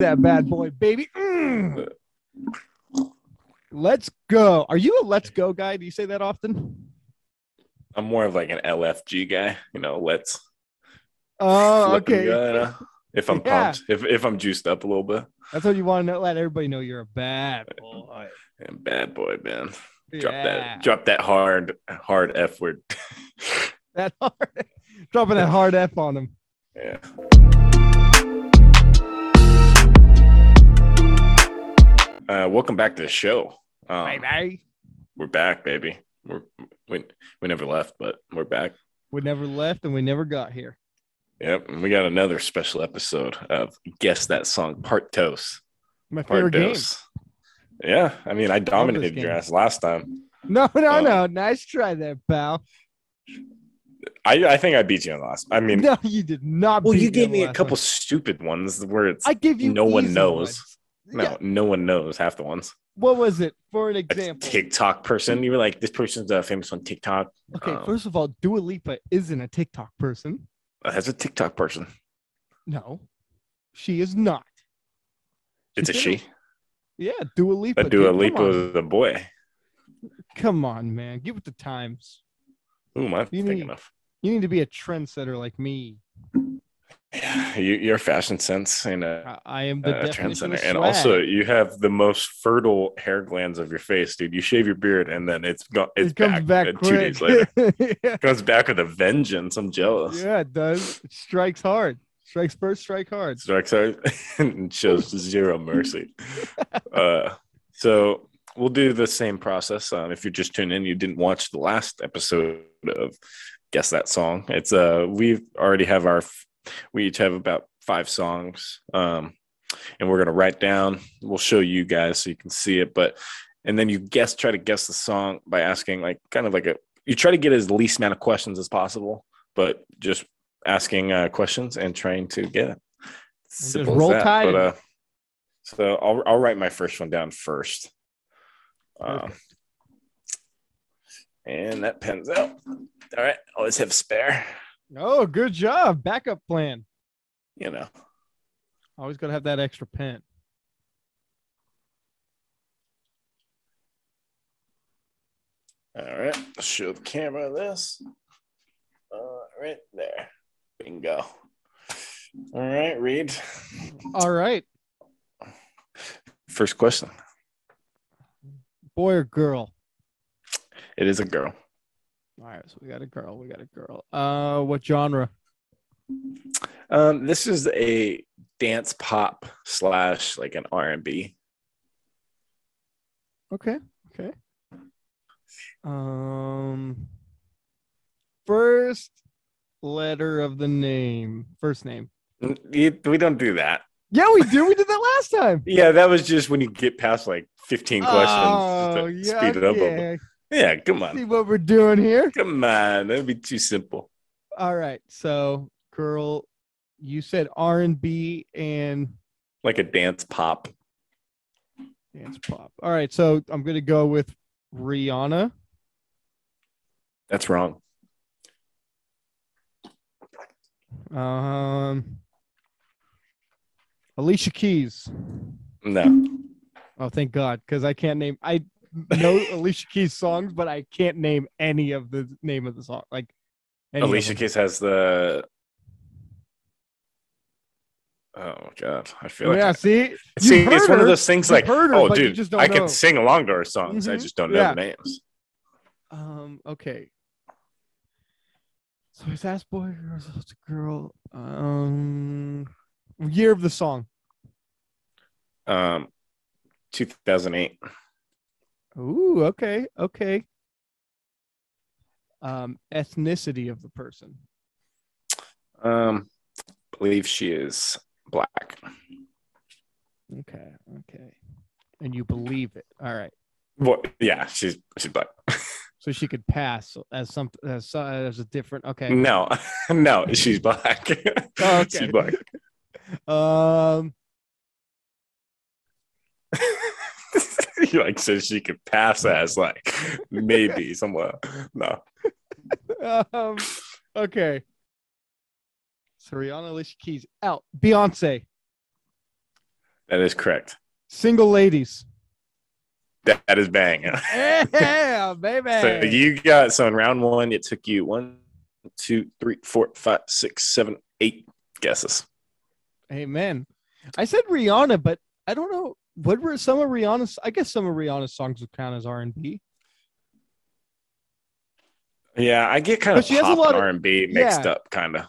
that bad boy, baby. Mm. Let's go. Are you a let's go guy? Do you say that often? I'm more of like an LFG guy. You know, let's. Oh, flip 'em okay. good, uh, If I'm Yeah. pumped, if if I'm juiced up a little bit, That's what you want to know. Let everybody know you're a bad boy. and bad boy, man. Drop Yeah. that, drop that hard, hard F word. that hard. Dropping that hard F on him. yeah. Uh, welcome back to the show. Um, Bye bye. We're back, baby. We're we, we never left, but we're back. We never left and we never got here. Yep, and we got another special episode of Guess That Song Part Toast. My favorite Part game. Dose. Yeah, I mean, I dominated game. your ass last time. No, no, Oh. no. Nice try there, pal. I, I think I beat you on last. I mean, No, you did not. well, beat you on gave the me a last couple one. stupid ones where it's I give you. no one easy knows. ones. no, yeah. no one knows half the ones. What was it? For an A example. Mm-hmm. TikTok person, you were like, this person's uh, famous on TikTok. Okay, Um, first of all, Dua Lipa isn't a TikTok person. uh, that's a TikTok person. No, she is not. It's a She she. did Yeah, Dua Lipa. A Dua dude, Lipa Come on, is a boy. come on, man. Get with the times. Who am I You thinking need- of? You need to be a trendsetter like me. Yeah, you, your fashion sense and uh, I, I am Ah, the uh, definition of transcendent. And swag. also, you have the most fertile hair glands of your face, dude. You shave your beard, and then it's gone. It's it comes back, back, uh, quick. two days later. yeah, It comes back with a vengeance. I'm jealous. yeah, it does. It strikes hard. Strikes first, strike hard. Strikes out and shows zero mercy. Uh, so we'll do the same process. Um, if you're just tuning in, you didn't watch the last episode of Guess That Song. It's uh, we already have our, f- we each have about five songs. Um, and we're gonna write down. We'll show you guys so you can see it. But and then you guess, try to guess the song by asking like kind of like a. You try to get as least amount of questions as possible, but just asking uh, questions and trying to get it. Simple as roll that. tide But, it. uh, so I'll I'll write my first one down first. Um, and that pens out. All right, always have spare. Oh, good job. Backup plan. You know, Always got to have that extra pen. All right, show the camera this. Uh, right there. Bingo. All right, Reed. All right, First question. boy or girl? It is a girl. All right, so we got a girl. We got a girl. Uh, what genre? Um, this is a dance pop slash like an R and B. Okay. Okay. Um first letter of the name. First name. We don't do that. Yeah, we do. We did that last time. Yeah, that was just when you get past like fifteen questions. Oh, just yeah. to speed it up. a little bit. okay. Yeah, come See on, what we're doing here. come on. That'd be too simple. All right. So, girl, you said R&B and Like a dance pop. dance pop. All right. So, I'm going to go with Rihanna. That's wrong. Um Alicia Keys. No. Oh, thank God, because I can't name. I know Alicia Keys songs, but I can't name any of the name of the song. Like any of Alicia them. Keys has the. Oh God, I feel like Yeah, I- see, see, heard it's one her. of those things You've like, heard her, oh but you dude, just don't I know. can sing along to her songs. I Mhm. just don't know the names. um, okay. So it's ass boy or is it a girl? Um, year of the song. Um, 2008. Ooh, okay, okay. Um, ethnicity of the person. Um, believe she is black. Okay, okay. And you believe it. All right. Well, yeah, she's she's black. So she could pass as some as, so- as a different. Okay. No, no, she's black. Oh, okay. She's black. Mm. Um, He, like says she could pass as like maybe somewhere. No, um, okay. So Rihanna, Alicia Keys out. Beyonce. That is correct. Single ladies. That, that is bang. Yeah, baby. So you got so in round one, it took you one, two, three, four, five, six, seven, eight guesses. Amen. I said Rihanna, but I don't know. What were some of Rihanna's? I guess some of Rihanna's songs would count as R and B. Yeah, I get kind But of she has a pop lot and of- R and B mixed yeah. up, kind of.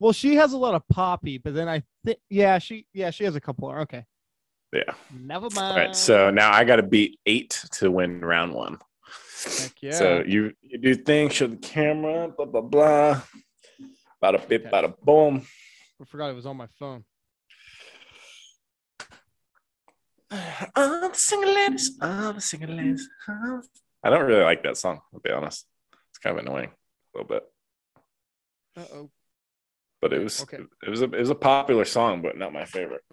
Well, she has a lot of poppy, but then I think yeah, she yeah she has a couple. Okay, Yeah. never mind. All right, so Uh. now I got to beat eight to win round one. Heck So yeah. you you do things, show the camera, blah blah blah, bada bip, bada boom. I forgot it was on my phone. I'm single ladies, I'm single ladies. I'm- I don't really like that song. I'll be honest, it's kind of annoying a little bit. Uh oh. But it was Okay. it was a it was a popular song, but not my favorite.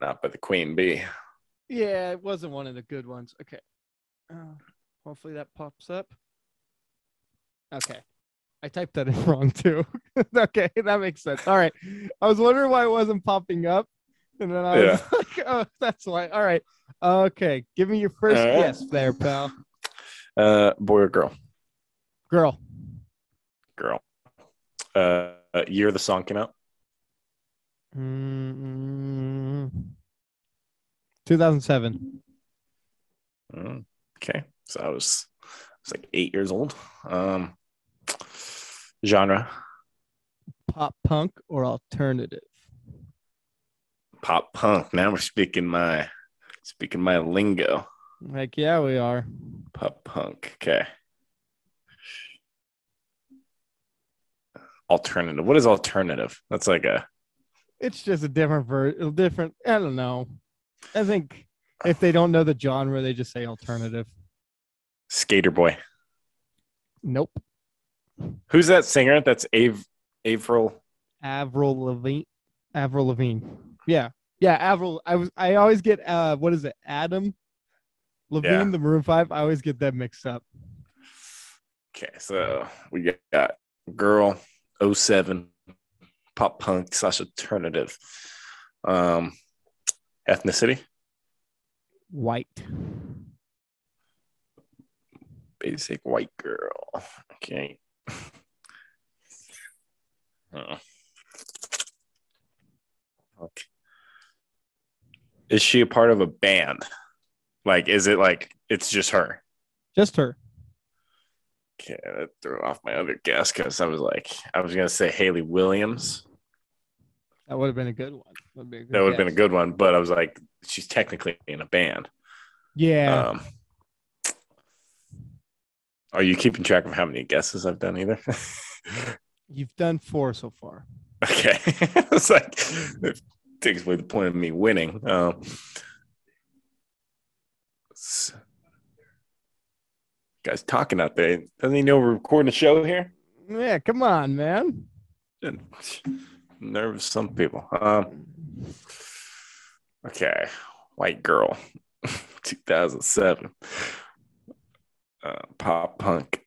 Not by the Queen Bee. Yeah, it wasn't one of the good ones. Okay. Uh, hopefully that pops up. Okay. I typed that in wrong too. okay, that makes sense. All right. I was wondering why it wasn't popping up. And then I was like, oh, that's why. All right. Okay. Give me your first All right. guess there, pal. Uh, boy or girl? Girl. Girl. Uh, uh, year the song came out. Mm, 2007. Mm, okay, so I was I was like eight years old. Um, genre Pop punk or alternative? pop punk. Now we're speaking my speaking my lingo. Like, yeah, we are. Pop punk. Okay. Alternative. What is alternative? That's like a it's just a different ver- a different i don't know i think if they don't know the genre they just say alternative skater boy. nope Who's that singer? That's Av- Avril. avril lavigne avril lavigne yeah yeah avril i was i always get uh what is it adam lavigne Yeah. the maroon 5 i always get that mixed up Okay, so we got girl 07 pop punk slash alternative. Um, ethnicity white basic white girl. Okay. Uh, okay. Is she a part of a band? Like, is it like it's just her? just her Okay, that threw off my other guess because I was like, I was gonna say Haley Williams. that would have been a good one would be a good That would have been a guess. good one, but I was like, she's technically in a band. yeah Um, are you keeping track of how many guesses I've done either? you've done four so far Okay. it's like it takes away the point of me winning. Um, s- guys talking out there. Doesn't he know we're recording a show here? yeah come on man Nerves some people. Um, okay. White girl. 2007. Uh, pop punk.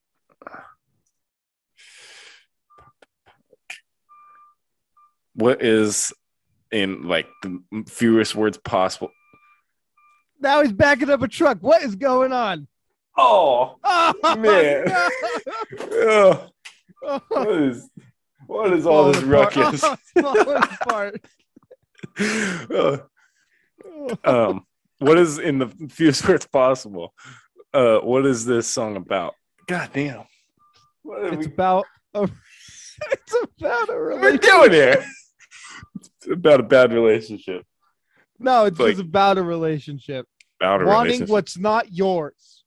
What is in like the fewest words possible? now he's backing up a truck what is going on Oh, oh Man. ugh, what is what is all this ruckus? Ugh. um, what is in the fewest words possible? Uh, what is this song about? God damn. What are It's we, about a, it's about a what are we relationship. doing here? It's about a bad relationship. No, it's Like- just about a relationship. About a Wanting relationship. what's not yours.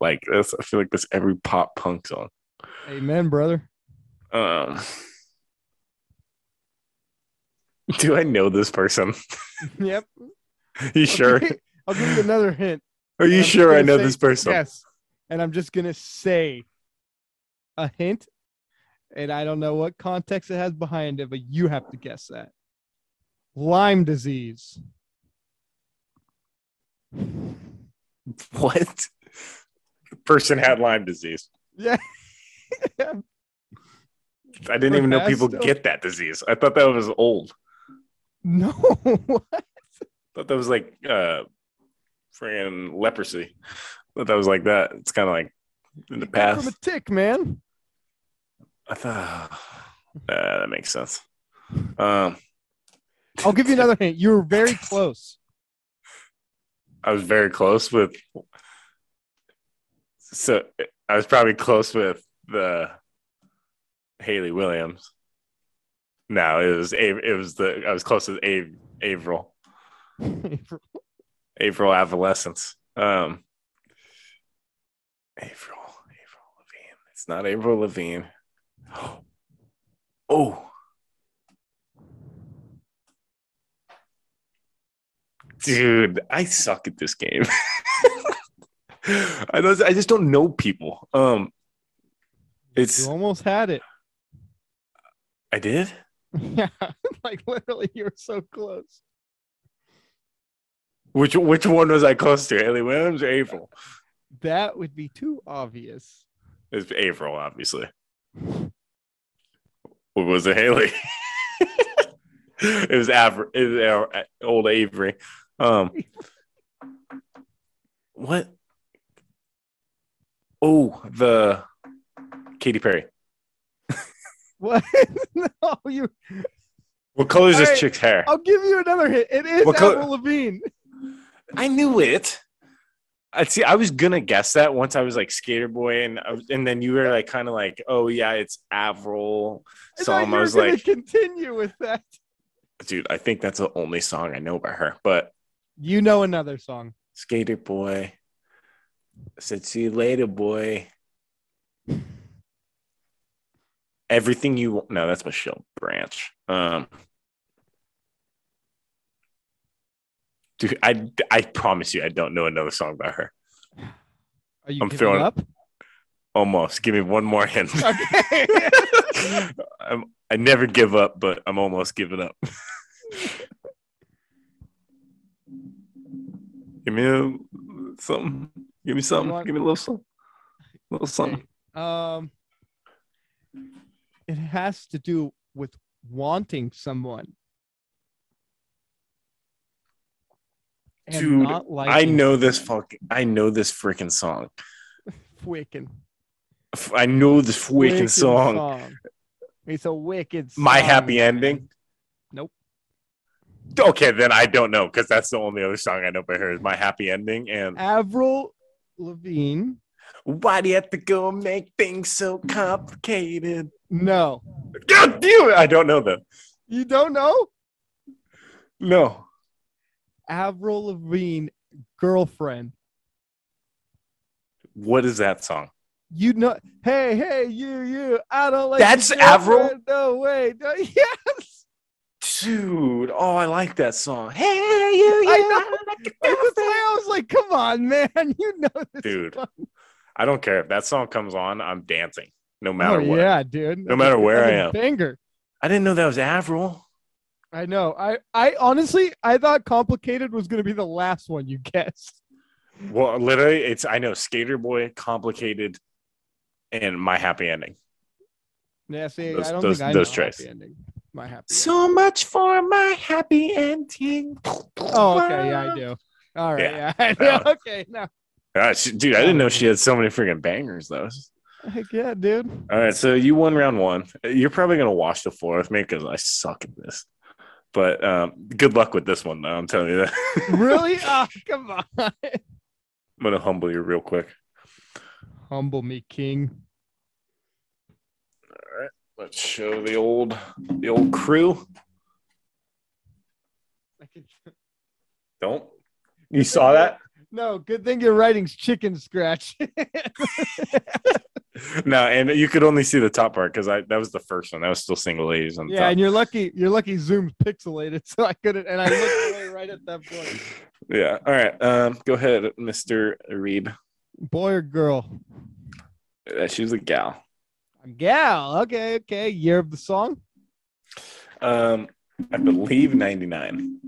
like this. I feel like this every pop punk song. Amen, brother. Um, do I know this person? Yep. you sure? Okay, I'll give you another hint. Are you I'm just sure I gonna know say this person? Yes. And I'm just gonna say a hint, and I don't know what context it has behind it, but you have to guess that. Lyme disease. What? The person had Lyme disease. Yeah. I didn't even know people Propasto. get that disease. I thought that was old. No. thought that was like uh friggin' leprosy. thought that was like that. It's kind of like in the Got From past. a tick, man. I thought uh, that makes sense. Um, I'll give you another hint. You were very close. I was very close with. So I was probably close with the Haley Williams. No, it was Av- it was the I was close with Av- Avril Avril Adolescence. Um, Avril Avril Levine. It's not Avril Levine. Oh. Dude, I suck at this game. I don't, I just don't know people. Um you it's almost had it. I did? Yeah. Like literally, you were so close. Which which one was I close to? Haley Williams or Avril? That would be too obvious. It's Avril, obviously. Or was it Haley? it was Aver- it was our- old Avery. Um, what? Oh, the Katy Perry. What? no, you. What color is this Alright. chick's hair? I'll give you another hint. It is What color- Avril Lavigne. I knew it. I see. I was gonna guess that once I was like Skater Boy, and I was, and then you were like kind of like, oh yeah, it's Avril. I So I thought you were was going like, to continue with that. dude, I think that's the only song I know by her. But You know another song. Skater boy. Said see you later, boy. Everything you want. No, that's Michelle Branch. Um, dude, I I promise you, I don't know another song by her. Are you I'm giving throwing- up? Almost. Give me one more hint. Okay. I'm, I never give up, but I'm almost giving up. Give me a, something. Give me something. want- Give me a little something. little something. um, it has to do with wanting someone. And Dude, not I liking know this fucking. I know this freaking song. Wicked. F- I know this freaking song. It's a wicked song. My happy man. ending. Nope. Okay, then I don't know because that's the only other song I know by her is my happy ending and. Avril Lavigne. Why do you have to go and make things so complicated? No. God damn it! I don't know them. You don't know? No. Avril Lavigne, girlfriend. What is that song? You know, hey, hey, you, you. I don't like. That's your girlfriend. Avril? No way. No, yes. Dude, oh, I like that song. Hey, you, I you, know. I like your It was girlfriend. I was like, come on, man. You know this. Dude, song. I don't care if that song comes on. I'm dancing, no matter oh, what. Yeah, dude. No matter where I Fucking am. Banger. I didn't know that was Avril. I know. I, I honestly, I thought complicated was gonna be the last one you guessed. Well, literally, it's I know Skater Boy, Complicated, and My Happy Ending. Yeah, see, Those- I don't those- think I those know trays. happy ending. My happy. So much for my happy ending. Oh, okay, yeah, I do. All right, yeah, Yeah, I that know. okay, now Ah, she- dude, I didn't know she had so many freaking bangers though. heck yeah, dude. All right, so you won round one. You're probably gonna wash the floor with me because I suck at this. But um, good luck with this one, though. I'm telling you that. Really? Oh, come on. I'm gonna humble you real quick. Humble me, King. Let's show the old the old crew. Don't you saw that? No, good thing your writing's chicken scratch. No, and you could only see the top part because I that was the first one. That was still single ladies on the yeah, top. and you're lucky. You're lucky. Zoom's pixelated, so I couldn't. And I looked away right at that point. Yeah. All right. Um, go ahead, Mr. Reeb. Boy or girl? Uh, she was a gal. I'm gal. Okay, okay. Year of the song. Um, I believe 99.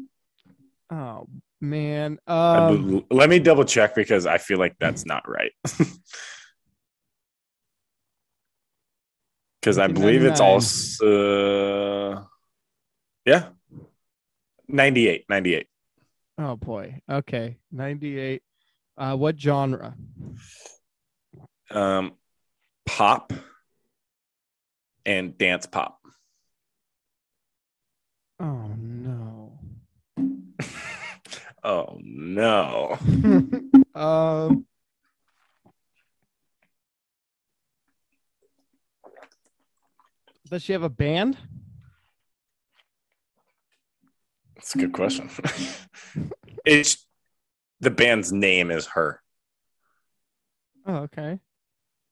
Oh man. I Um, bel- let me double check because I feel like that's not right. because I believe it's also, yeah, 98, 98. Oh boy. Okay. 98. Uh what genre? Um, pop and dance pop. Oh no. Oh no. um Does she have a band? That's a good question. it's the band's name is her. Oh, okay.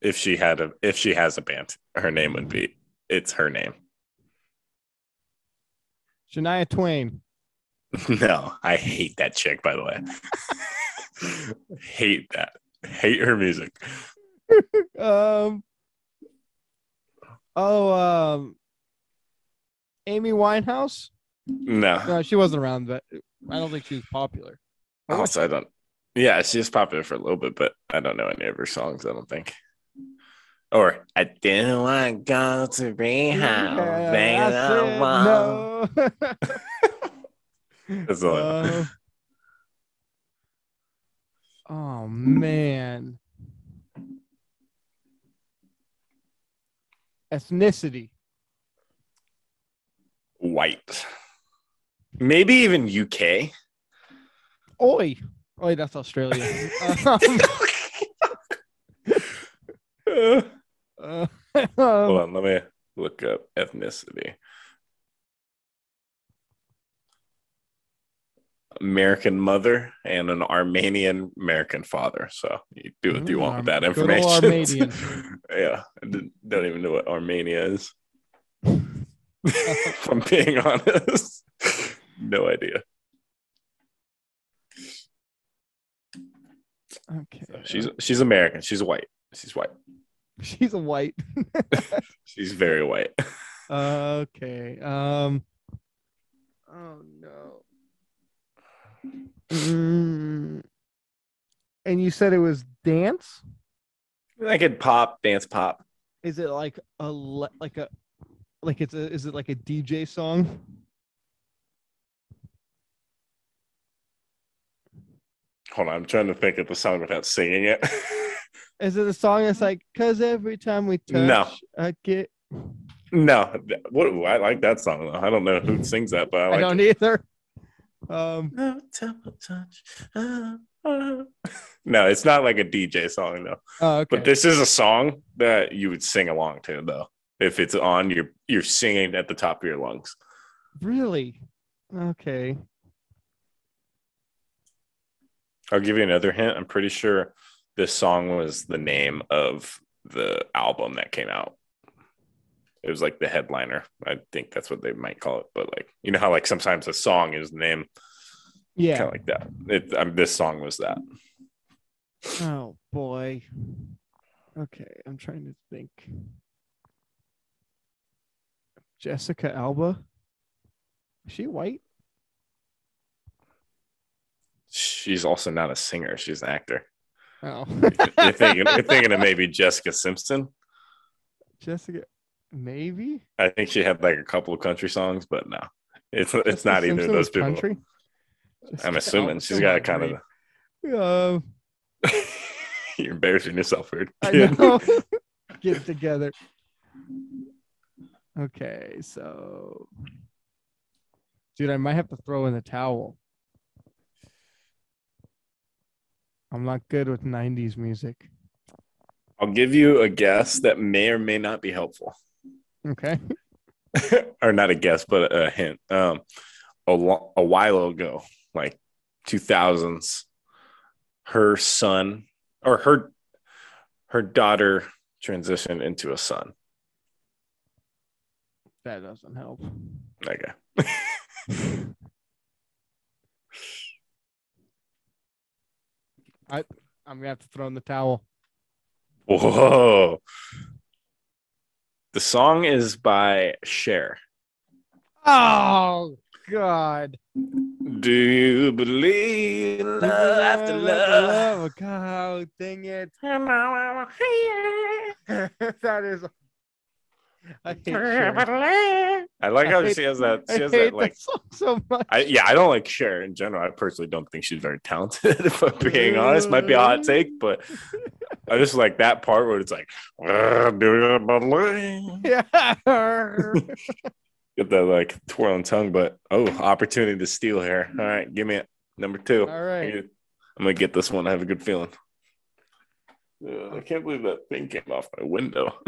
If she had a if she has a band, her name would be it's her name. Shania Twain. No, I hate that chick, by the way. hate that. Hate her music. Um Oh, um Amy Winehouse? No. No, she wasn't around, but I don't think she was popular. Also, Oh, I don't yeah, she's popular for a little bit, but I don't know any of her songs, I don't think. Or I didn't want to go to rehab. Yeah, bang I the said wall. no. That's the only one. Uh, oh man. Ethnicity. White. Maybe even UK. Oi. Oi, that's Australia. Um, Uh, uh, Hold um, on, let me look up ethnicity. American mother and an Armenian American father. So you do what you Mm, want with that Arm- good information. old yeah, I didn't- don't even know what Armenia is. if I'm being honest, no idea. okay. So she's she's American. She's white. She's white. she's a white. She's very white. Okay. Um. Oh no. Mm. And you said it was dance. I could pop, dance pop. Is it like a le- like a like it's a is it like a DJ song? Hold on, I'm trying to think of the song without singing it. Is it a song that's like cause every time we touch No. I get no, th- what, I like that song though. I don't know who sings that, but I I like. don't either. Um No temple touch. Ah, ah. no, it's not like a DJ song though. oh, okay. But this is a song that you would sing along to though. If it's on, you're you're singing at the top of your lungs. really? Okay. I'll give you another hint. I'm pretty sure this song was the name of the album that came out. It was like the headliner. I think that's what they might call it. But like, you know how like sometimes a song is the name, Yeah. kind of like that. It, um, this song was that. Oh boy. Okay, I'm trying to think. Jessica Alba. Is she white? She's also not a singer. She's an actor. Oh. You're thinking, you're thinking of maybe Jessica Simpson. Jessica maybe? I think she had like a couple of country songs, but no, it's it's Jessica not either of Simpson was those people. Country? I'm Jessica assuming Alba, she's come got on, a kind of. Reed. Um, You're embarrassing yourself, weird. I kid. know. Get it together. Okay, so dude, I might have to throw in the towel. I'm not good with 90s music. I'll give you a guess that may or may not be helpful, Okay. or not a guess, but a hint. Um, a, lo- a while ago, like 2000s, her son or her her daughter transitioned into a son. That doesn't help. Okay. I'm gonna have to throw in the towel. Whoa. The song is by Cher. Oh God! Do you believe in love after love? Oh, God, dang it! that is I hate Cher. I like how I hate- she has that. I She has hate that like. song so much. I, yeah, I don't like Cher in general. I personally don't think she's very talented. If I'm being honest, might be a hot take, but I just like that part where it's like, get yeah. that like twirling tongue. But oh, opportunity to steal here. All right, give me it. Number two. All right. I'm gonna get this one. I have a good feeling. Ugh, I can't believe that thing came off my window.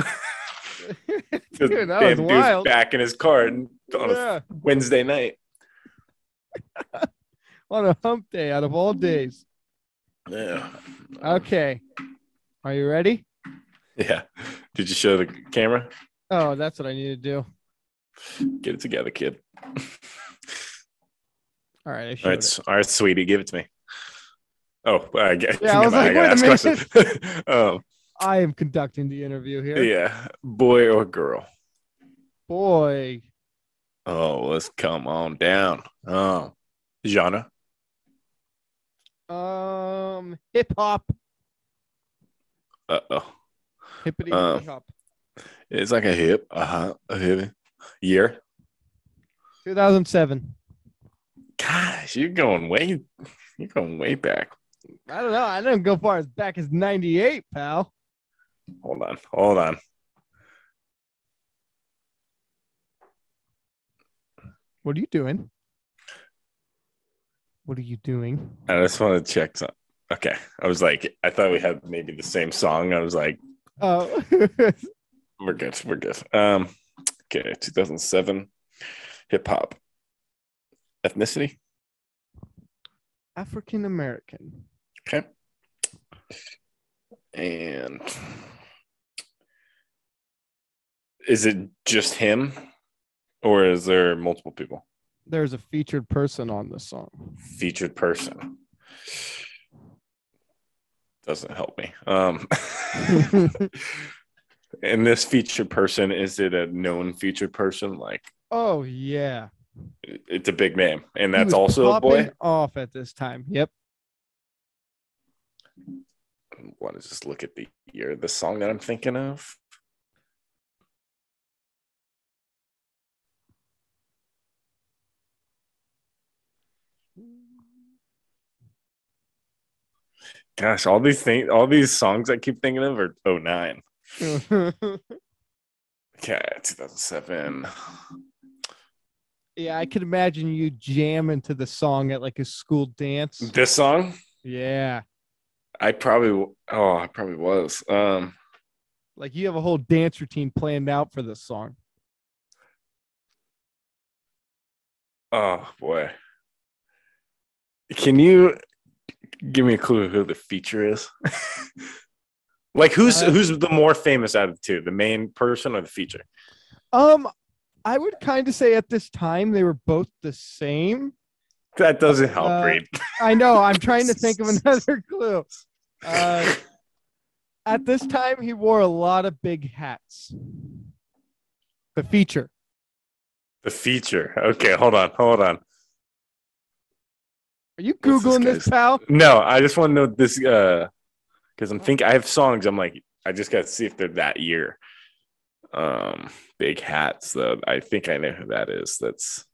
Dude, that was Damn dude's wild. back in his car on a yeah. Wednesday night. On a hump day out of all days. Yeah. Okay. Are you ready? Yeah. Did you show the camera? Oh, that's what I need to do. Get it together, kid. all All right. I showed right, it. s- all right, sweetie, give it to me. Oh, I guess. Yeah, I was like, wait gotta a ask questions. um, I am conducting the interview here. yeah, boy or girl. Boy, Oh, let's come on down. Um, genre. um, hip hop, Uh oh. hippity Uh, hip hop. It's like a hip. Uh huh. A hip. Year. 2007. Gosh, you're going way. You're going way back. I don't know. I didn't go far as back as 98, pal. Hold on. Hold on. What are you doing? What are you doing? I just want to check some. Okay. I was like, I thought we had maybe the same song. I was like, Oh, we're good. We're good. Um, okay. 2007 hip hop. Ethnicity. African American. Okay. And is it just him or is there multiple people? There's a featured person on this song. featured person doesn't help me um and this featured person is it a known featured person like oh yeah, it- it's a big name and He that's was also a boy popping Off at this time. Yep. want to just look at the year the song that i'm thinking of gosh all these things all these songs i keep thinking of are oh, 09 okay 2007 yeah, I could imagine you jamming to the song at like a school dance. this song Yeah. i probably w- oh i probably was um Like you have a whole dance routine planned out for this song. Oh boy. Can you give me a clue who the feature is? like who's Uh, who's the more famous out of the two, the main person or the feature? Um, I would kind of say at this time they were both the same. That doesn't help, uh, Reed. I know. I'm trying to think of another clue. Uh, at this time, he wore a lot of big hats. The feature. the feature. Okay, hold on, hold on. Are you What's this googling this, guy's- pal? No, I just want to know this uh because I'm thinking I have songs. I'm like, I just gotta see if they're that year. Um big hats though. I think I know who that is. That's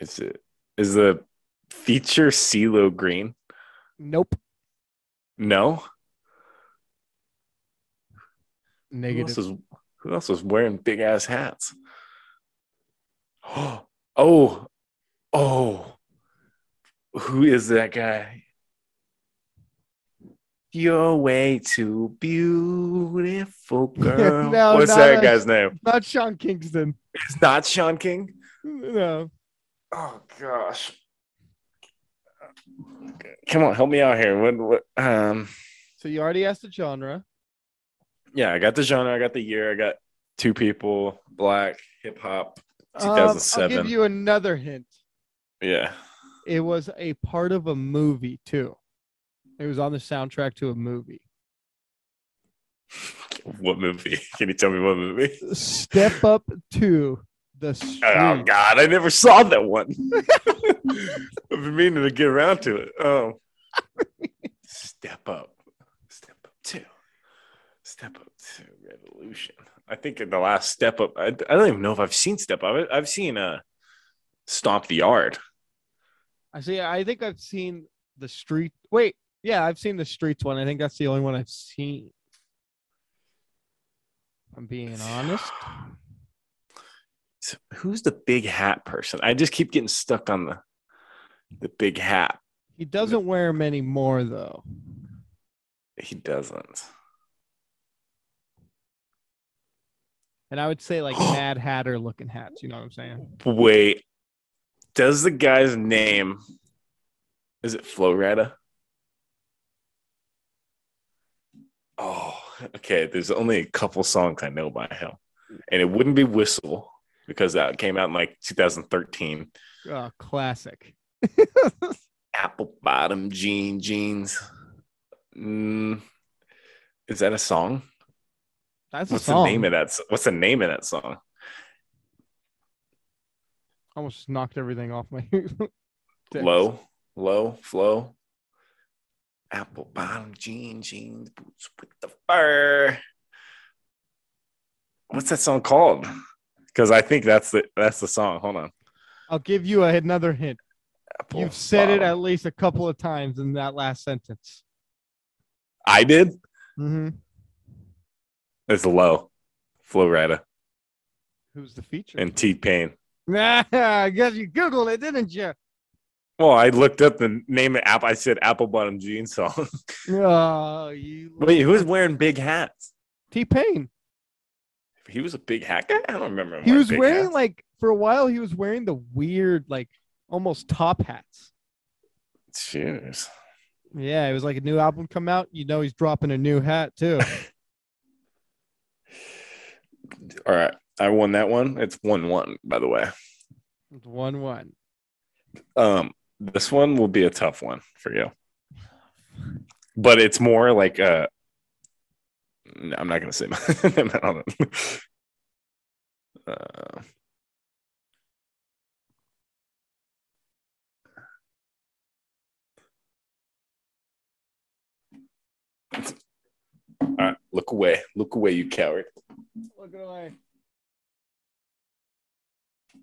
is it is the feature CeeLo Green? Nope. No. Who else Negative. was who else was wearing big ass hats? Oh, oh, who is that guy? You're way too beautiful, girl. No, What's not that a- guy's name? Not Sean Kingston. It's not Sean King. No. Oh gosh. Come on, help me out here. What, what um So you already asked the genre. yeah, I got the genre, I got the year, I got two people, black, hip hop. Um, I'll 2007. give you another hint. Yeah. It was a part of a movie too. It was on the soundtrack to a movie. What movie? Can you tell me what movie? Hmm. Step up to the street. Oh God, I never saw that one. I've been meaning to get around to it. Oh, step up, step Step Up to Revolution. I think in the last Step Up, I, I don't even know if I've seen Step Up. I- I've seen uh, Stomp the Yard. I see. I think I've seen the street. Wait, yeah, I've seen the streets one. I think that's the only one I've seen. If I'm being honest. So who's the big hat person? I just keep getting stuck on the the big hat. He doesn't wear 'em anymore, though. He doesn't. And I would say like Mad Hatter looking hats. You know what I'm saying? Wait, does the guy's name is it Floretta? Oh, okay. There's only a couple songs I know by him, and it wouldn't be Whistle because that came out in like 2013. Oh, classic. Apple bottom jean jeans. Mm, is that a song? That's What's a song. the name of that? s- What's the name of that song? Almost knocked everything off my. text. Low, low, flow. Apple bottom jean jeans boots with the fur. What's that song called? Because I think that's the that's the song. Hold on. I'll give you a, another hint. Apple You've said it bottom- at least a couple of times in that last sentence. I did. hmm Mm-hmm. It's low. Floretta Who's the feature? and T Pain. Nah, I guess you googled it, didn't you? Well, I looked up the name of app. I said apple bottom jean song. Oh, you Wait, who's wearing big hats? T Pain. He was a big hat guy. I don't remember. him He was big wearing hats. like for a while he was wearing the weird like almost top hats. Cheers. Yeah, it was like a new album come out. You know he's dropping a new hat too. All right, I won that one. It's one one, by the way. It's one one. Um, this one will be a tough one for you, but it's more like uh, no, I'm not gonna say. My, I don't know. Uh, all right, look away, look away, you coward. Look away.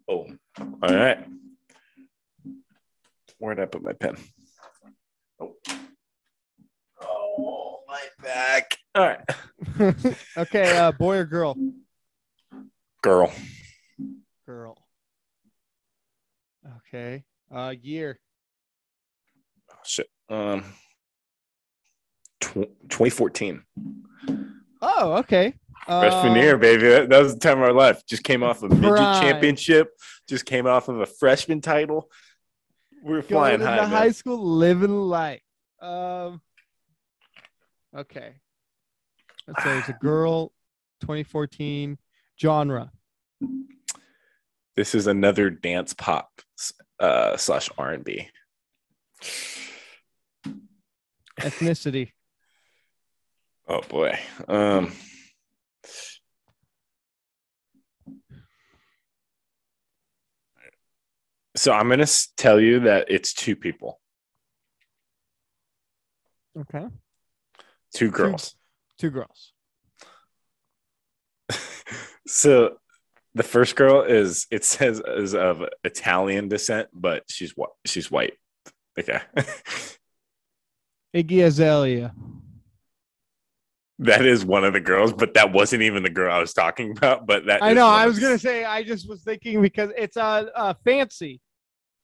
Oh, all right. Where did I put my pen? Oh, oh my back. All right. okay, uh, boy or girl? Girl, Girl. Okay. Uh year. oh, shit. Um, tw- 2014. Oh, okay. Freshman Uh, year, baby. That, that was the time of our life. Just came off of midget Prime. championship. Just came off of a freshman title. We were going flying into high. man. high school, living life. Um, okay. Let's say it's a girl, 2014 genre. This is another dance pop uh, slash R and B. Ethnicity. Oh boy. Um So I'm going to tell you that it's two people, Okay. two girls. Two girls. So the first girl is it says is of Italian descent, but she's white. She's white. Okay. Iggy Azalea. that is one of the girls, but that wasn't even the girl I was talking about, but that I is know. one I of- was gonna say. I just was thinking because it's a uh, uh, fancy.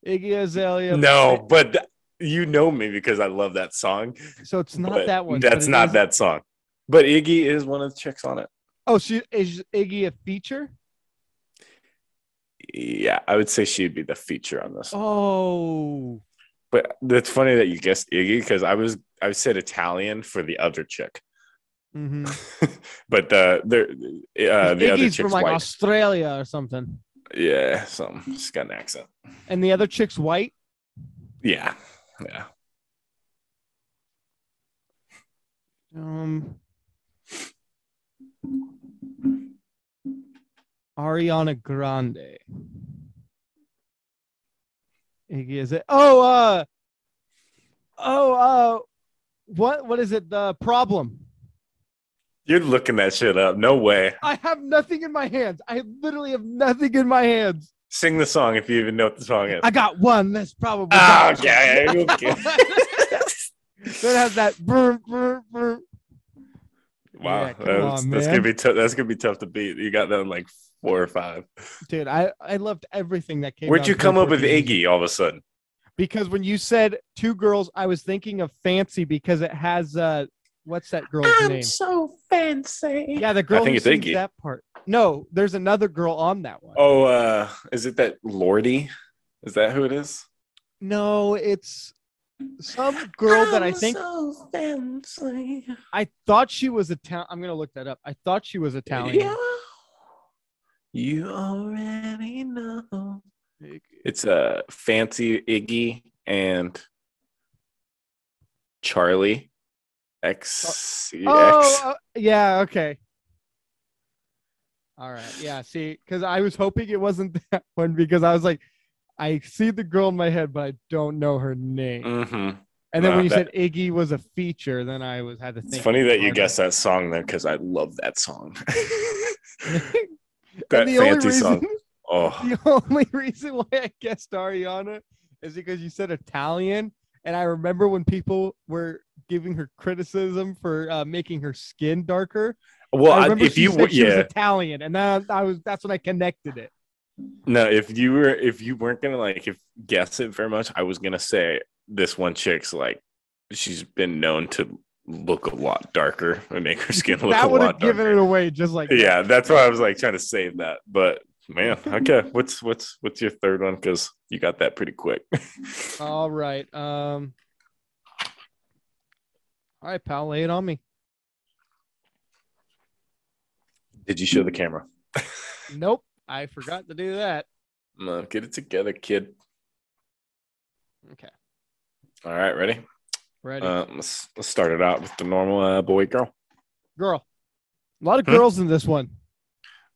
Iggy Azalea. No, but th- you know me because I love that song. So it's not But that one. but That's it not is- that song. But Iggy is one of the chicks on it. Oh, she is Iggy a feature? Yeah, I would say she'd be the feature on this. Oh. But that's funny that you guessed Iggy because I was I said Italian for the other chick, hmm but the the uh, the other Iggy's chick's from like white. Australia or something, yeah, some she's got an accent. and the other chick's white. Yeah, yeah. Um, Ariana Grande. Iggy is it? Oh, uh, oh, uh, what, what is it? The problem. You're looking that shit up. No way. I have nothing in my hands. I literally have nothing in my hands. Sing the song if you even know what the song is. I got one. That's probably. Ah, okay. okay. That has that. brr, brr, brr. Wow, Yeah, come that's, on, that's gonna man. be tou- that's gonna be tough to beat. You got that in like four or five. Dude, I I loved everything that came. out Where'd you in come up with 2014. Iggy all of a sudden? Because when you said two girls, I was thinking of Fancy because it has uh, what's that girl's name? so fancy. Yeah, the girl who think it's sings Iggy. that part. No, there's another girl on that one. Oh, uh, is it that Lordy? Is that who it is? No, it's some girl that I think I thought she was Italian. I'm gonna look that up. I thought she was Italian. You already know. It's uh, Fancy Iggy and Charlie X. Oh, X. uh, yeah. Okay. All right. Yeah. See, because I was hoping it wasn't that one because I was like, I see the girl in my head, but I don't know her name. hmm and then nah, when you that- said Iggy was a feature, then I was had to think. It's funny that you harder. guessed that song though, because I love that song. And that the only fancy song. reason- Oh, The only reason why I guessed Ariana is because you said Italian, and I remember when people were giving her criticism for uh, making her skin darker. well, I I remember if she you said w- she was yeah, Italian, and then I was that's when I connected it. no, if you were if you weren't gonna like if guess it very much, I was gonna say this one chick's like she's been known to look a lot darker and make her skin look a that would have lot given darker. it away, just like that. yeah, that's why I was like trying to save that, but. Man, okay. What's what's what's your third one? Because you got that pretty quick. All right, um, all right, pal, lay it on me. Did you show the camera? Nope, I forgot to do that. No, get it together, kid. Okay, All right, ready? ready, Uh, let's, let's start it out with the normal uh, boy girl. girl. A lot of Hmm? girls in this one.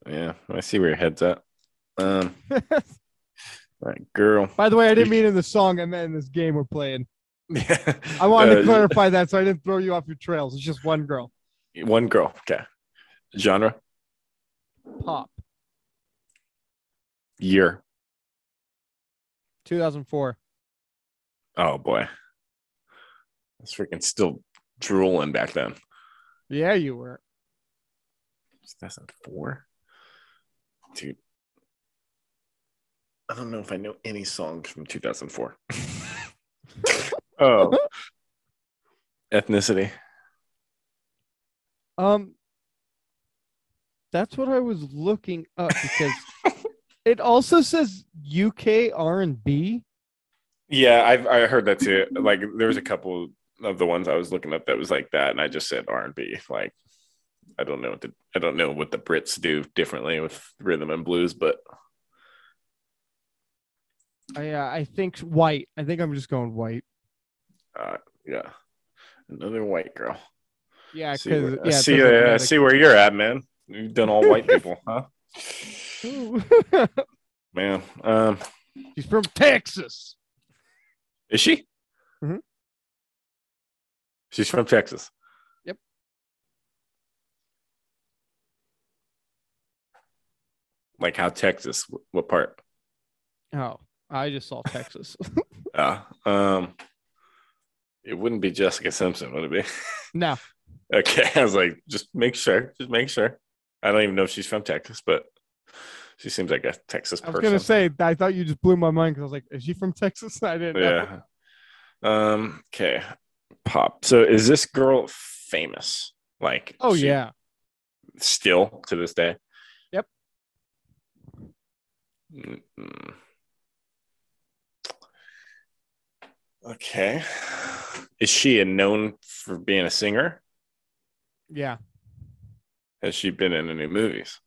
Yeah, I see where your head's at. Um, all right, girl. By the way, I didn't mean in the song. I meant in this game we're playing. I I wanted to clarify that so I didn't throw you off your trails. It's just one girl. One girl. Okay. Genre, Pop. year. 2004. Oh boy, that's freaking still drooling back then. Yeah, you were. 2004. Dude, I don't know if I know any songs from 2004. oh, ethnicity. Um, that's what I was looking up because it also says UK R&B. Yeah, I've I heard that too. Like there was a couple of the ones I was looking up that was like that, and I just said R and B. Like I don't know what the I don't know what the Brits do differently with rhythm and blues, but I uh, I think white. I think I'm just going white. uh, yeah, another white girl. Yeah, see where, because I yeah, it see, says uh, I Atlantic. see where you're at, man. You've done all white people, huh? Ooh. Man, um, She's from Texas. is she? Mhm. She's from Texas. Yep. Like how Texas? Wh- What part? Oh, I just saw Texas. Yeah. Um, it wouldn't be Jessica Simpson, would it no, be? Okay. I was like, just make sure. Just make sure. I don't even know if she's from Texas, but she seems like a Texas I person. was gonna say I thought you just blew my mind because I was like, is she from Texas? I didn't. know. yeah. Um, okay. Pop. So is this girl famous? Like, Oh she- yeah. Still to this day? Yep. Mm-mm. Okay. Is she a known for being a singer? Yeah. Has she been in any movies?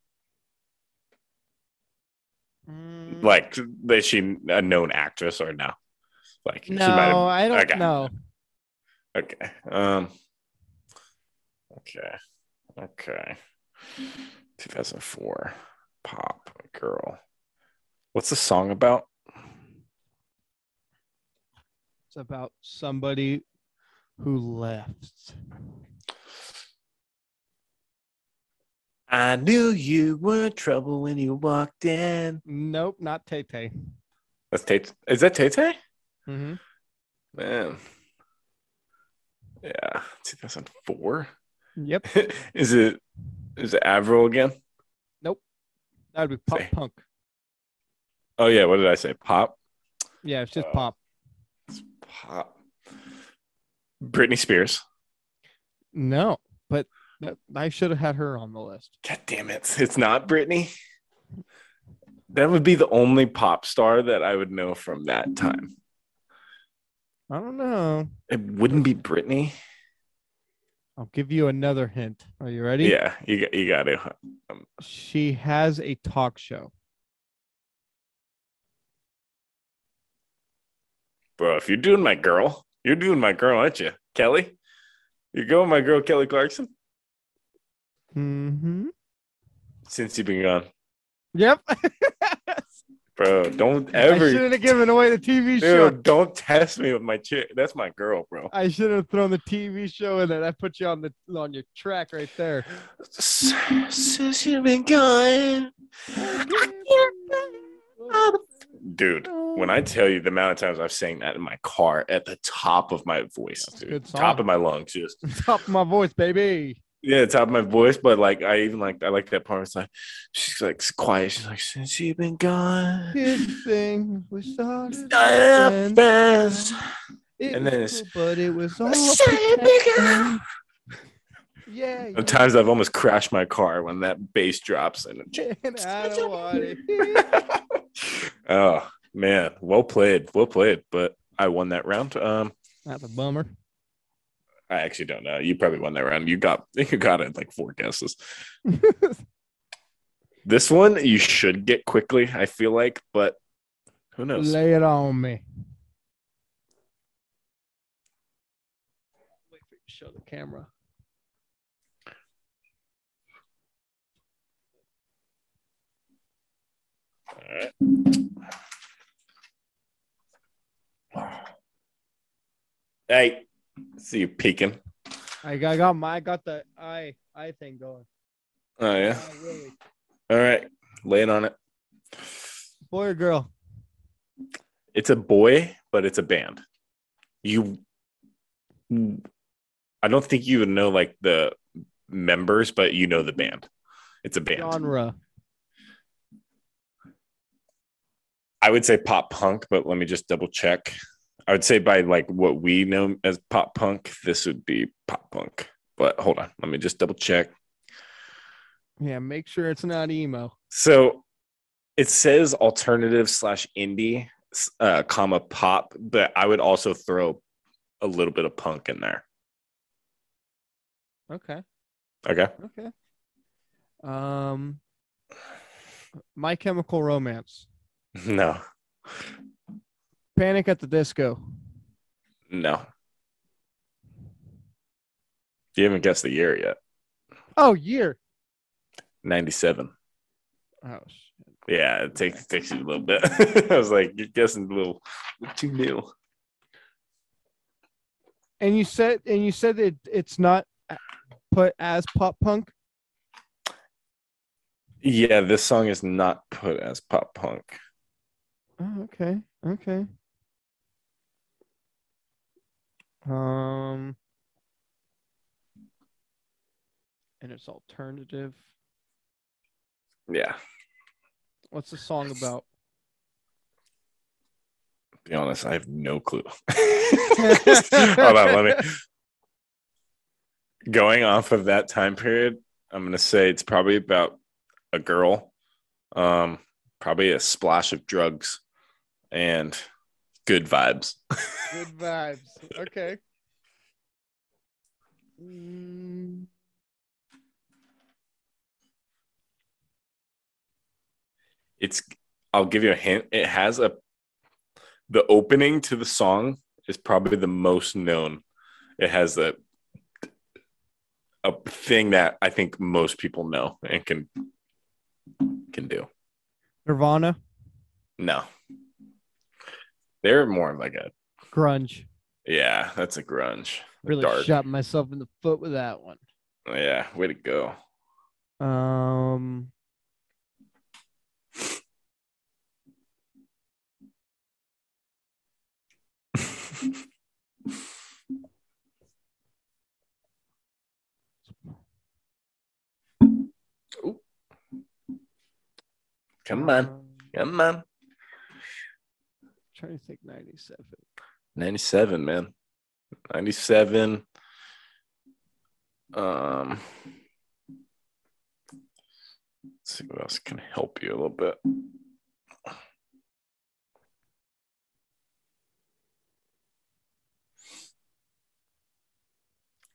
Mm, Like, is she a known actress or no? Like, she no, might have- I don't okay. know. Okay. Um. Okay. Okay. 2004 pop girl. What's the song about? It's about somebody who left. I knew you were trouble when you walked in. Nope, not Tay Tay. That's Tate. Is that Tate? hmm Man. Yeah, 2004. Yep, is it is it Avril again? that'd be pop Say. punk. Oh yeah, what did I say? Pop. Yeah, it's just Uh, pop. Pop. Britney Spears. No, but that, I should have had her on the list. God damn it. It's not Britney. That would be the only pop star that I would know from that time. I don't know. It wouldn't be Britney. I'll give you another hint. Are you ready? Yeah, you got you got it. She has a talk show. Bro, if you're doing my girl, you're doing my girl, aren't you? Kelly? You're going my girl Kelly Clarkson? hmm Since you've been gone. Yep. Bro, don't I ever shouldn't have given away the TV show. Dude, don't test me with my chick. That's my girl, bro. I should have thrown the TV show in there. That put you on the on your track right there. Since you've been gone. Dude, when I tell you the amount of times I've sang that in my car at the top of my voice, That's a dude, good top song. of my lungs, just top of my voice, baby. yeah, top of my voice. But like, I even like, I like that part. Where it's like, she's like quiet. She's like, since you've been gone, This thing was started then. I'm best. It and was then it's- cool, but it was all Shut it, big pretend. girl. Yeah, yeah. At times I've almost crashed my car when that bass drops and And I don't want to hear oh man, well played, well played. But I won that round. Um, That's a bummer. I actually don't know. You probably won that round. You got you got it like four guesses. This one you should get quickly. I feel like, but who knows? Lay it on me. Wait for you to show the camera. Hey, see you peeking. I got, I got my, I got the eye, eye thing going. Oh yeah. Eye Willie. All right, lay it on it. Boy or girl? It's a boy, but it's a band. You, I don't think you would know like the members, but you know the band. It's a band. Genre. I would say pop punk, but let me just double check. I would say by like what we know as pop punk, this would be pop punk. But hold on, let me just double check. Yeah, make sure it's not emo. So it says alternative slash indie, s- uh, comma pop, but I would also throw a little bit of punk in there. Okay. Okay. Okay. Um, My Chemical Romance, No, Panic at the Disco. no. You haven't guessed the year yet. Oh, year. 97. Oh, shit. Yeah, it takes, takes you a little bit. I was like, you're guessing a little too new. and you said, and you said that it's not put as pop punk. Yeah, this song is not put as pop punk. Oh, okay. Okay. Um, and it's alternative. Yeah, What's the song about? to be honest, I have no clue. Hold on, let me. Going off of that time period, I'm gonna say it's probably about a girl, um, probably a splash of drugs, and good vibes. Good vibes. Okay. Mm, It's. I'll give you a hint. It has a. The opening to the song is probably the most known. It has a. A thing that I think most people know and can. Can do. Nirvana, No. They're more of like a grunge. yeah, that's a grunge. Really dark. Oh, shot myself in the foot with that one. Yeah, way to go. Um, Come on. um, Come on. trying to think 97. 97, man. 97. Um, let's see what else can help you a little bit.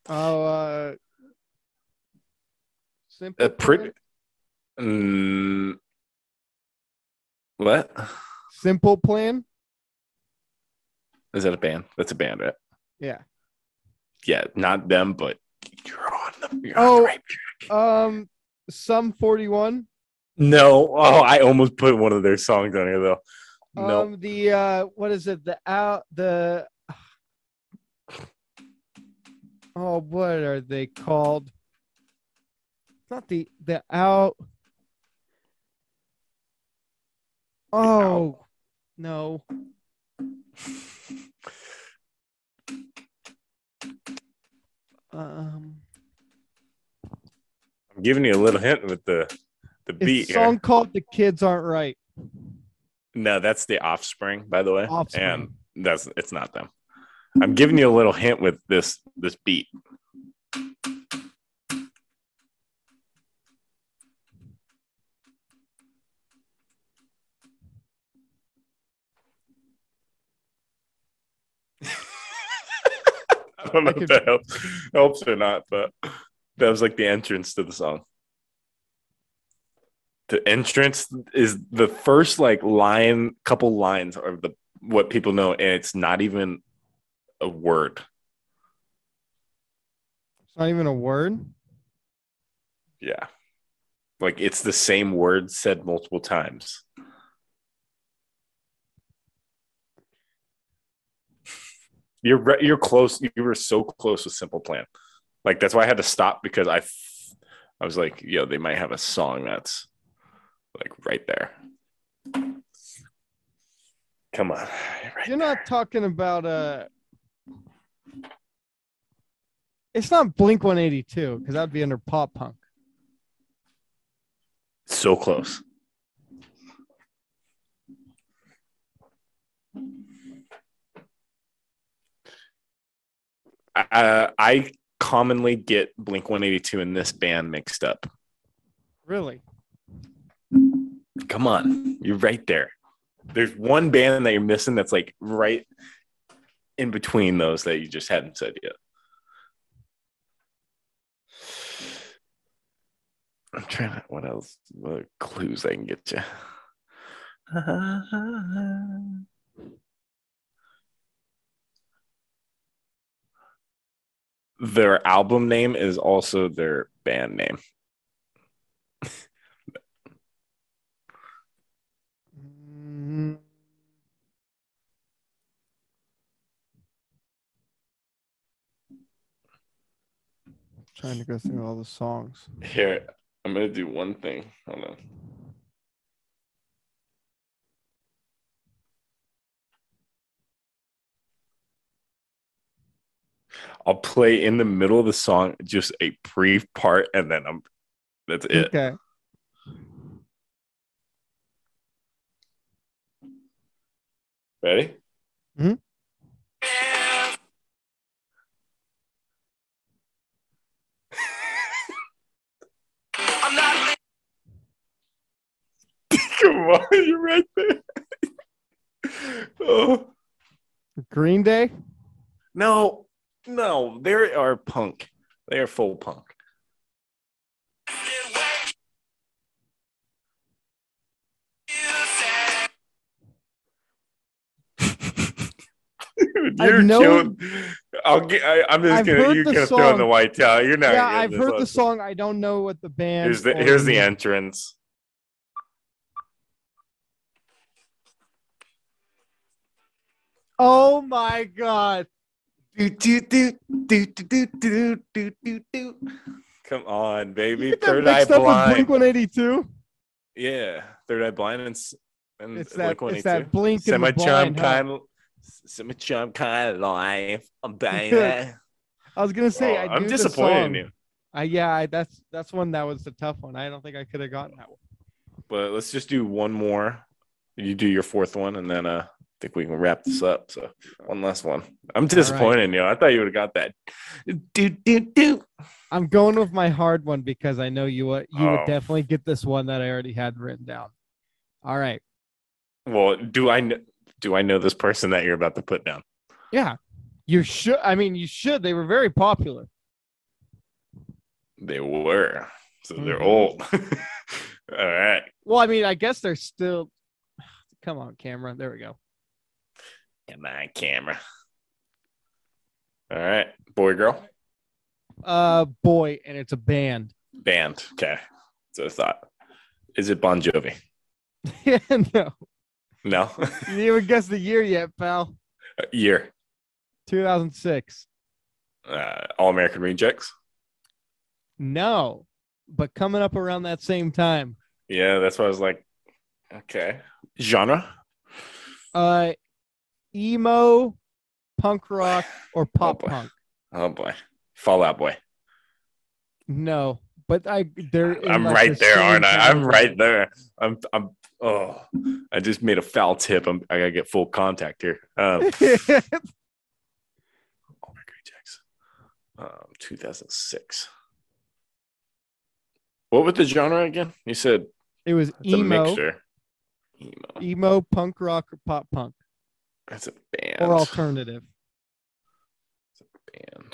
Oh, uh, simple. A pretty. Mm, what? simple plan. Is that a band? That's a band, right? Yeah. Yeah, not them, but you're on the, you're on Oh. the right track. Um, some 41. No. Oh, I almost put one of their songs on here, though. No. Um, the uh, what is it? The out the. Oh, what are they called? It's Not the the out. Oh no! Um, I'm giving you a little hint with the the beat it's a here. song called "The Kids Aren't Right." No, that's the offspring, by the way. Offspring. And that's it's not them. I'm giving you a little hint with this this beat. I don't know I if could- that helps, helps or not, but that was like the entrance to the song. The entrance is the first like line, couple lines of the what people know, and it's not even a word. It's not even a word. Yeah. Like it's the same word said multiple times. You're re- you're close. You were so close with Simple Plan. Like that's why I had to stop because I f- I was like, yo, they might have a song that's like right there. Come on. Right You're not talking about uh It's not Blink 182 because that'd be under pop punk. so close. I, I commonly get Blink 182 and this band mixed up. Really? Come on, you're right there. There's one band that you're missing that's like right in between those that you just hadn't said yet. I'm trying to, what else? What clues I can get you? Their album name is also their band name. Mm, trying to go through all the songs. Here, I'm gonna do one thing. Hold on. I'll play in the middle of the song just a brief part, and then I'm. That's it. Okay. Ready? Mhm. Come on, you're right there. oh. Green Day? No, no, they are punk. They are full punk. Dude, I you're know- killing. I'll get. I, I'm just I've gonna. heard You're the gonna throw in the song. white towel. You're not. yeah, gonna get I've this heard one. the song. I don't know what the band Here's the or here's the entrance. Oh my god. Do do do do do do do do do. Come on, baby. You get that Third Eye mixed up with Blind. Blink 182. Yeah, Third Eye Blind and s- and It's that, Mm, Blink it's that blink and Semi the charm blind. huh? kind, semi charm kind of life. I'm dying. I was gonna say I Oh, I'm knew the disappointed in song. you, I yeah, I, that's that's one that was the tough one. I don't think I could have gotten that one. but let's just do one more. You do your fourth one, and then uh, I think we can wrap this up. So one last one. I'm disappointed in you. I thought you would have got that. Do do do. I'm going with my hard one because I know you would you Oh. would definitely get this one that I already had written down. All right. Well, do I kn- do I know this person that you're about to put down? Yeah. You should I mean you should. They were very popular. They were. So they're Mhm. old. All right. Well, I mean, I guess they're still come on, Cameron. There we go. Come on, camera. All right. Boy, girl, Uh boy, and it's a band. band. Okay. So I thought. Is it Bon Jovi? yeah, no. No. You didn't even guess the year yet, pal. Year. 2006. Uh, All American Rejects. No. But coming up around that same time. Yeah, that's why I was like, okay. Genre? uh emo punk rock or pop boy. punk Oh boy. Fallout Boy. no but i there I'm right there, aren't I? I'm right there. I'm I'm oh I just made a foul tip. I'm I gotta get full contact here. Um there All American Rejects. Um, 2006. What was the genre again? You said it was it's a emo mixture. Emo. emo punk rock or pop punk That's a band. or alternative band.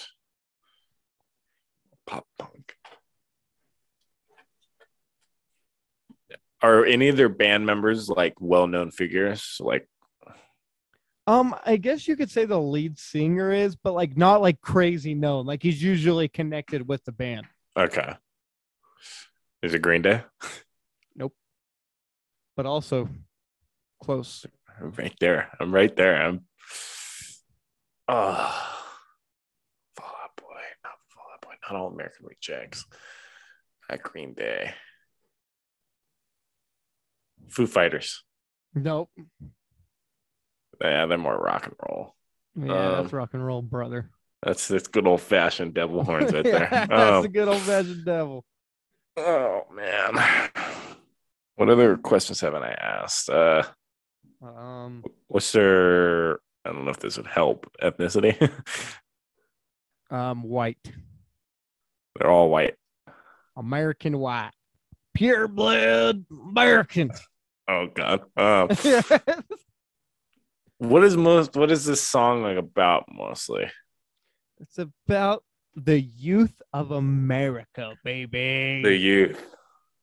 Pop punk. Are any of their band members like well-known figures? Like um i guess you could say the lead singer is but like not like crazy known like he's usually connected with the band okay, is it Green Day? but also close I'm right there. I'm right there. I'm. Ah, Fall Out Boy, not Fall Out Boy, not All American Rejects, not Green Day. Foo Fighters. nope Yeah, they're more rock and roll. yeah that's Um, rock and roll brother That's that's good old fashioned devil horns right there. that's Um, the good old fashioned devil oh man. What other questions haven't I asked? Uh, um what's their? I don't know if this would help ethnicity. um white they're all white. American white, pure blood American. Oh god. Um, it's what is most? What is this song like about mostly? about the youth of America, baby. The youth.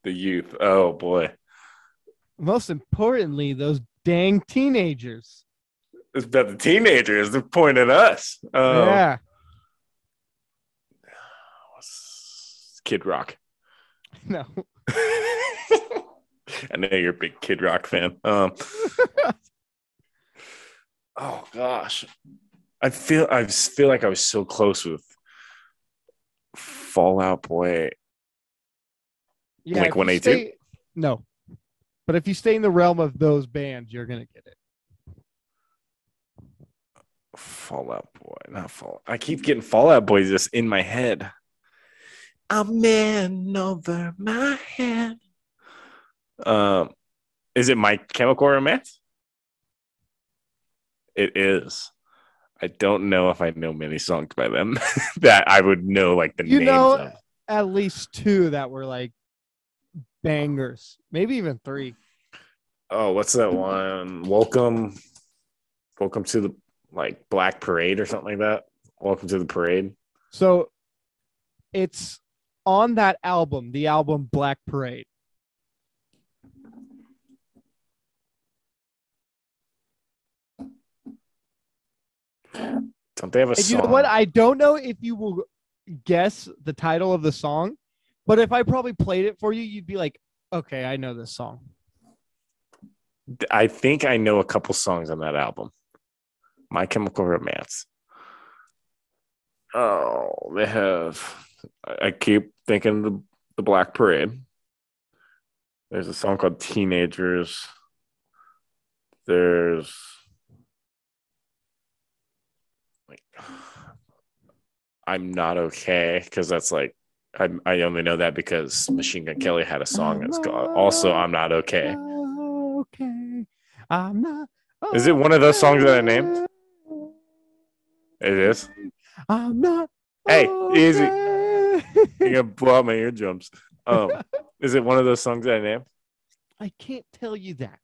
The youth. Oh boy. Most importantly, those dang teenagers. It's about the teenagers. They're pointing at us. Um, yeah, what's- Kid Rock. no, I know you're a big Kid Rock fan. Um, oh gosh, I feel I s- feel like I was so close with Fallout Boy. yeah. Blink if you 182? stay- No, but if you stay in the realm of those bands, you're gonna get it. Fallout Boy, not Fall. I keep getting Fallout Boy just in my head. I'm in over my head. Um, is it My Chemical Romance? It is. I don't know if I know many songs by them that I would know like the You names know- of. At least two that were like bangers, maybe even three. Oh, what's that one? Welcome, welcome to the like Black Parade or something like that. Welcome to the parade. So it's on that album, the album Black Parade. Don't they have a And you song? know what? I don't know if you will guess the title of the song, but if I probably played it for you, you'd be like, okay, I know this song. I think I know a couple songs on that album. My Chemical Romance. Oh, they have I- I keep thinking the the Black Parade. There's a song called Teenagers. There's like I'm not okay because that's like I I only know that because Machine Gun Kelly had a song that's called also I'm not okay. Okay. I'm not. Is it one of those songs that I named? It is. I'm not. Hey, easy. okay. You're gonna blow out my eardrums. Um, is it one of those songs that I named? I can't tell you that.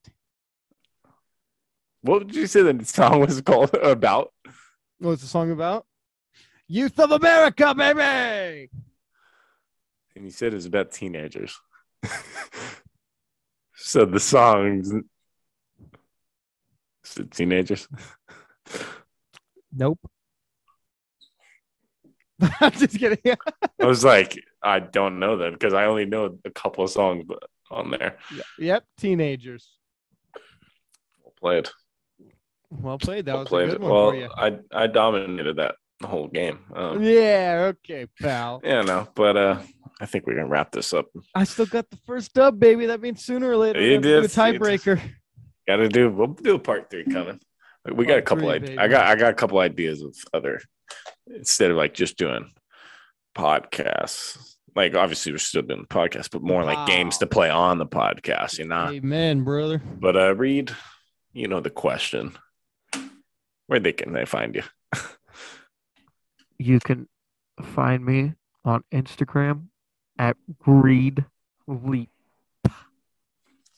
What did you say the song was called about? What's the song about? Youth of America, baby. and you said it was about teenagers. so the songs is it teenagers. Nope. I'm just kidding. Yeah. I was like, I don't know them because I only know a couple of songs on there. Yep. Teenagers. Well played. Well played. That Well was played. a good one well, for you. I I dominated that whole game. Um, Yeah. Okay, pal. yeah, no, but uh, I think we're gonna wrap this up. I still got the first dub, baby. That means sooner or later You we're gonna do a did, you did. tiebreaker. Got to do. We'll do a part three coming. We got a Mm-hmm. Part couple. three, Ide- baby. I got. I got a couple ideas of other instead of like just doing podcasts. Like obviously we're still doing podcasts, but more like games to play on the podcast. You know. Amen, brother. But uh, read. You know the question. Where they can they find you? you can find me on Instagram at Reed Leap.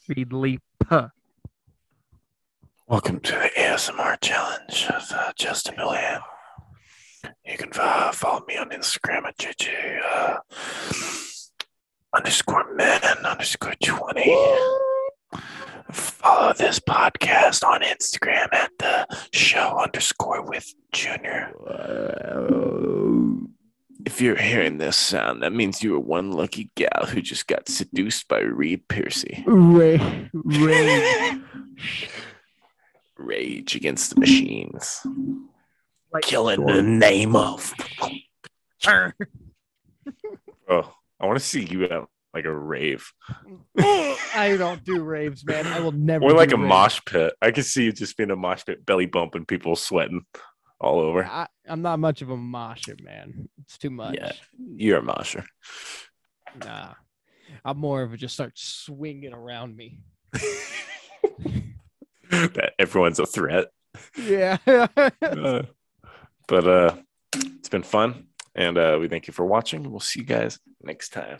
Reed Leap. Welcome to the ASMR challenge of uh, Justin Millian. You can uh, follow me on Instagram at JJ uh, underscore men underscore 20. Follow this podcast on Instagram at the show underscore with junior. If you're hearing this sound, that means you were one lucky gal who just got seduced by Reed Piercy. Ray. Ray. Rage against the machines. Like- Killing the name of. Oh, I want to see you at like a rave I don't do raves, man. I will never. or like do a raves. mosh pit. I could see you just being a mosh pit, belly bumping, people sweating all over. I, I'm not much of a mosher, man. It's too much. Yeah. You're a mosher. Nah. I'm more of a just start swinging around me. that everyone's a threat. Yeah. Uh, but uh, it's been fun. And uh, we thank you for watching. We'll see you guys next time.